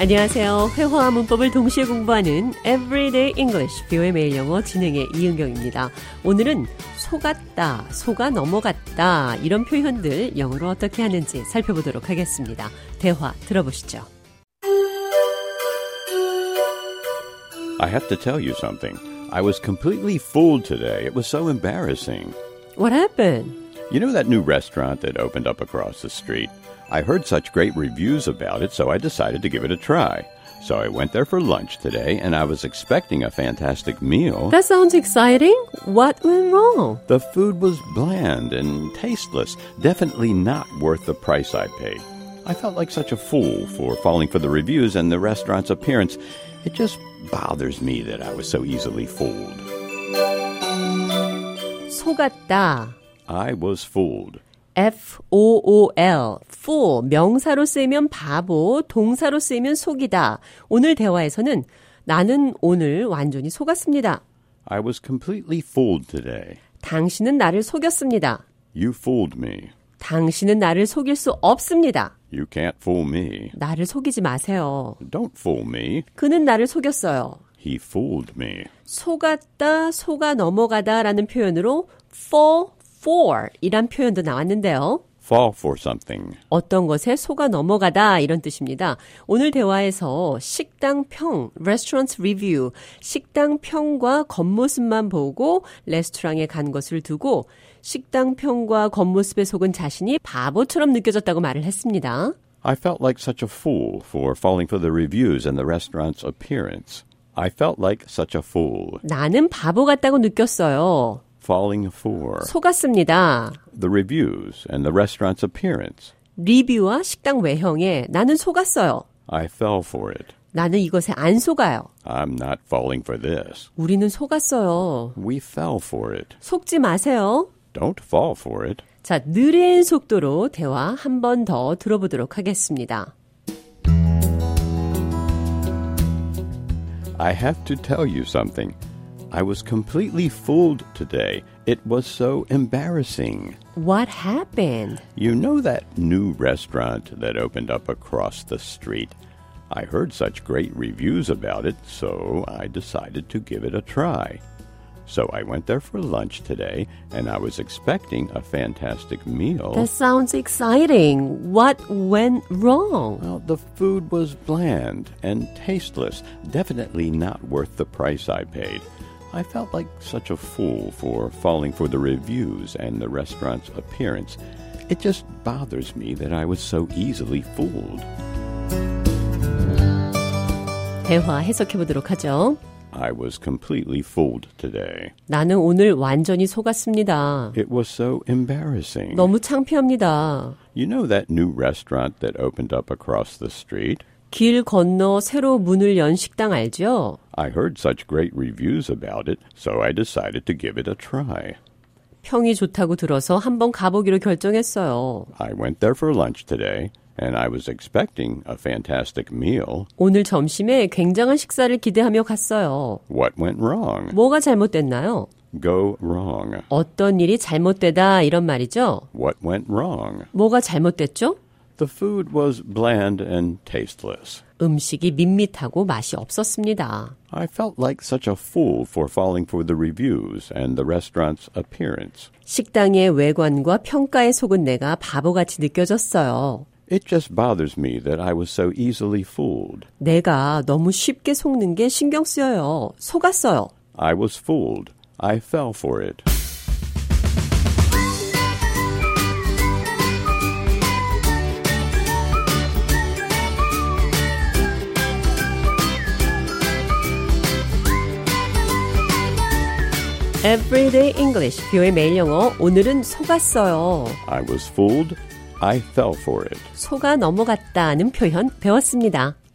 안녕하세요. 회화와 문법을 동시에 공부하는 Everyday English 뷰의 매일 영어 진행의 이은경입니다. 오늘은 속았다, 속아 넘어갔다 이런 표현들 영어로 어떻게 하는지 살펴보도록 하겠습니다. 대화 들어보시죠. I have to tell you something. I was completely fooled today. It was so embarrassing. What happened? You know that new restaurant that opened up across the street? I heard such great reviews about it, so I decided to give it a try. So I went there for lunch today, and I was expecting a fantastic meal. That sounds exciting. What went wrong? The food was bland and tasteless, definitely not worth the price I paid. I felt like such a fool for falling for the reviews and the restaurant's appearance. It just bothers me that I was so easily fooled. 속았다. I was fooled. F-O-O-L, fool, 명사로 쓰이면 바보, 동사로 쓰이면 속이다. 오늘 대화에서는 나는 오늘 완전히 속았습니다. I was completely fooled today. 당신은 나를 속였습니다. You fooled me. 당신은 나를 속일 수 없습니다. You can't fool me. 나를 속이지 마세요. Don't fool me. 그는 나를 속였어요. He fooled me. 속았다, 속아 넘어가다 라는 표현으로 fall for 이란 표현도 나왔는데요. Fall for something. 어떤 것에 속아 넘어가다 이런 뜻입니다. 오늘 대화에서 식당 평, restaurant review, 식당 평과 겉모습만 보고 레스토랑에 간 것을 두고 식당 평과 겉모습에 속은 자신이 바보처럼 느껴졌다고 말을 했습니다. I felt like such a fool for falling for the reviews and the restaurant's appearance. I felt like such a fool. 나는 바보 같다고 느꼈어요. Falling for 속았습니다. the reviews and the restaurant's appearance. 리뷰와 식당 외형에 나는 속았어요. I fell for it. 나는 이것에 안 속아요. I'm not falling for this. 우리는 속았어요. We fell for it. 속지 마세요. Don't fall for it. 자, 느린 속도로 대화 한 번 더 들어보도록 하겠습니다. I have to tell you something. I was completely fooled today. It was so embarrassing. What happened? You know that new restaurant that opened up across the street? I heard such great reviews about it, so I decided to give it a try. So I went there for lunch today, and I was expecting a fantastic meal. That sounds exciting. What went wrong? well, the food was bland and tasteless, definitely not worth the price I paid. I felt like such a fool for falling for the reviews and the restaurant's appearance. It just bothers me that I was so easily fooled. 대화 해석해 보도록 하죠. I was completely fooled today. 나는 오늘 완전히 속았습니다. It was so embarrassing. 너무 창피합니다. You know that new restaurant that opened up across the street? 길 건너 새로 문을 연 식당 알죠? I heard such great reviews about it, so I decided to give it a try. 평이 좋다고 들어서 한번 가보기로 결정했어요. I went there for lunch today, and I was expecting a fantastic meal. 오늘 점심에 굉장한 식사를 기대하며 갔어요. What went wrong? 뭐가 잘못됐나요? Go wrong. 어떤 일이 잘못되다 이런 말이죠. What went wrong? 뭐가 잘못됐죠? The food was bland and tasteless. 음식이 밋밋하고 맛이 없었습니다. I felt like such a fool for falling for the reviews and the restaurant's appearance. 식당의 외관과 평가에 속은 내가 바보같이 느껴졌어요. It just bothers me that I was so easily fooled. 내가 너무 쉽게 속는 게 신경 쓰여요. 속았어요. I was fooled. I fell for it. Everyday English, 뷰의 매일 영어. 오늘은 속았어요. I was fooled. I fell for it. 속아 넘어갔다는 표현 배웠습니다.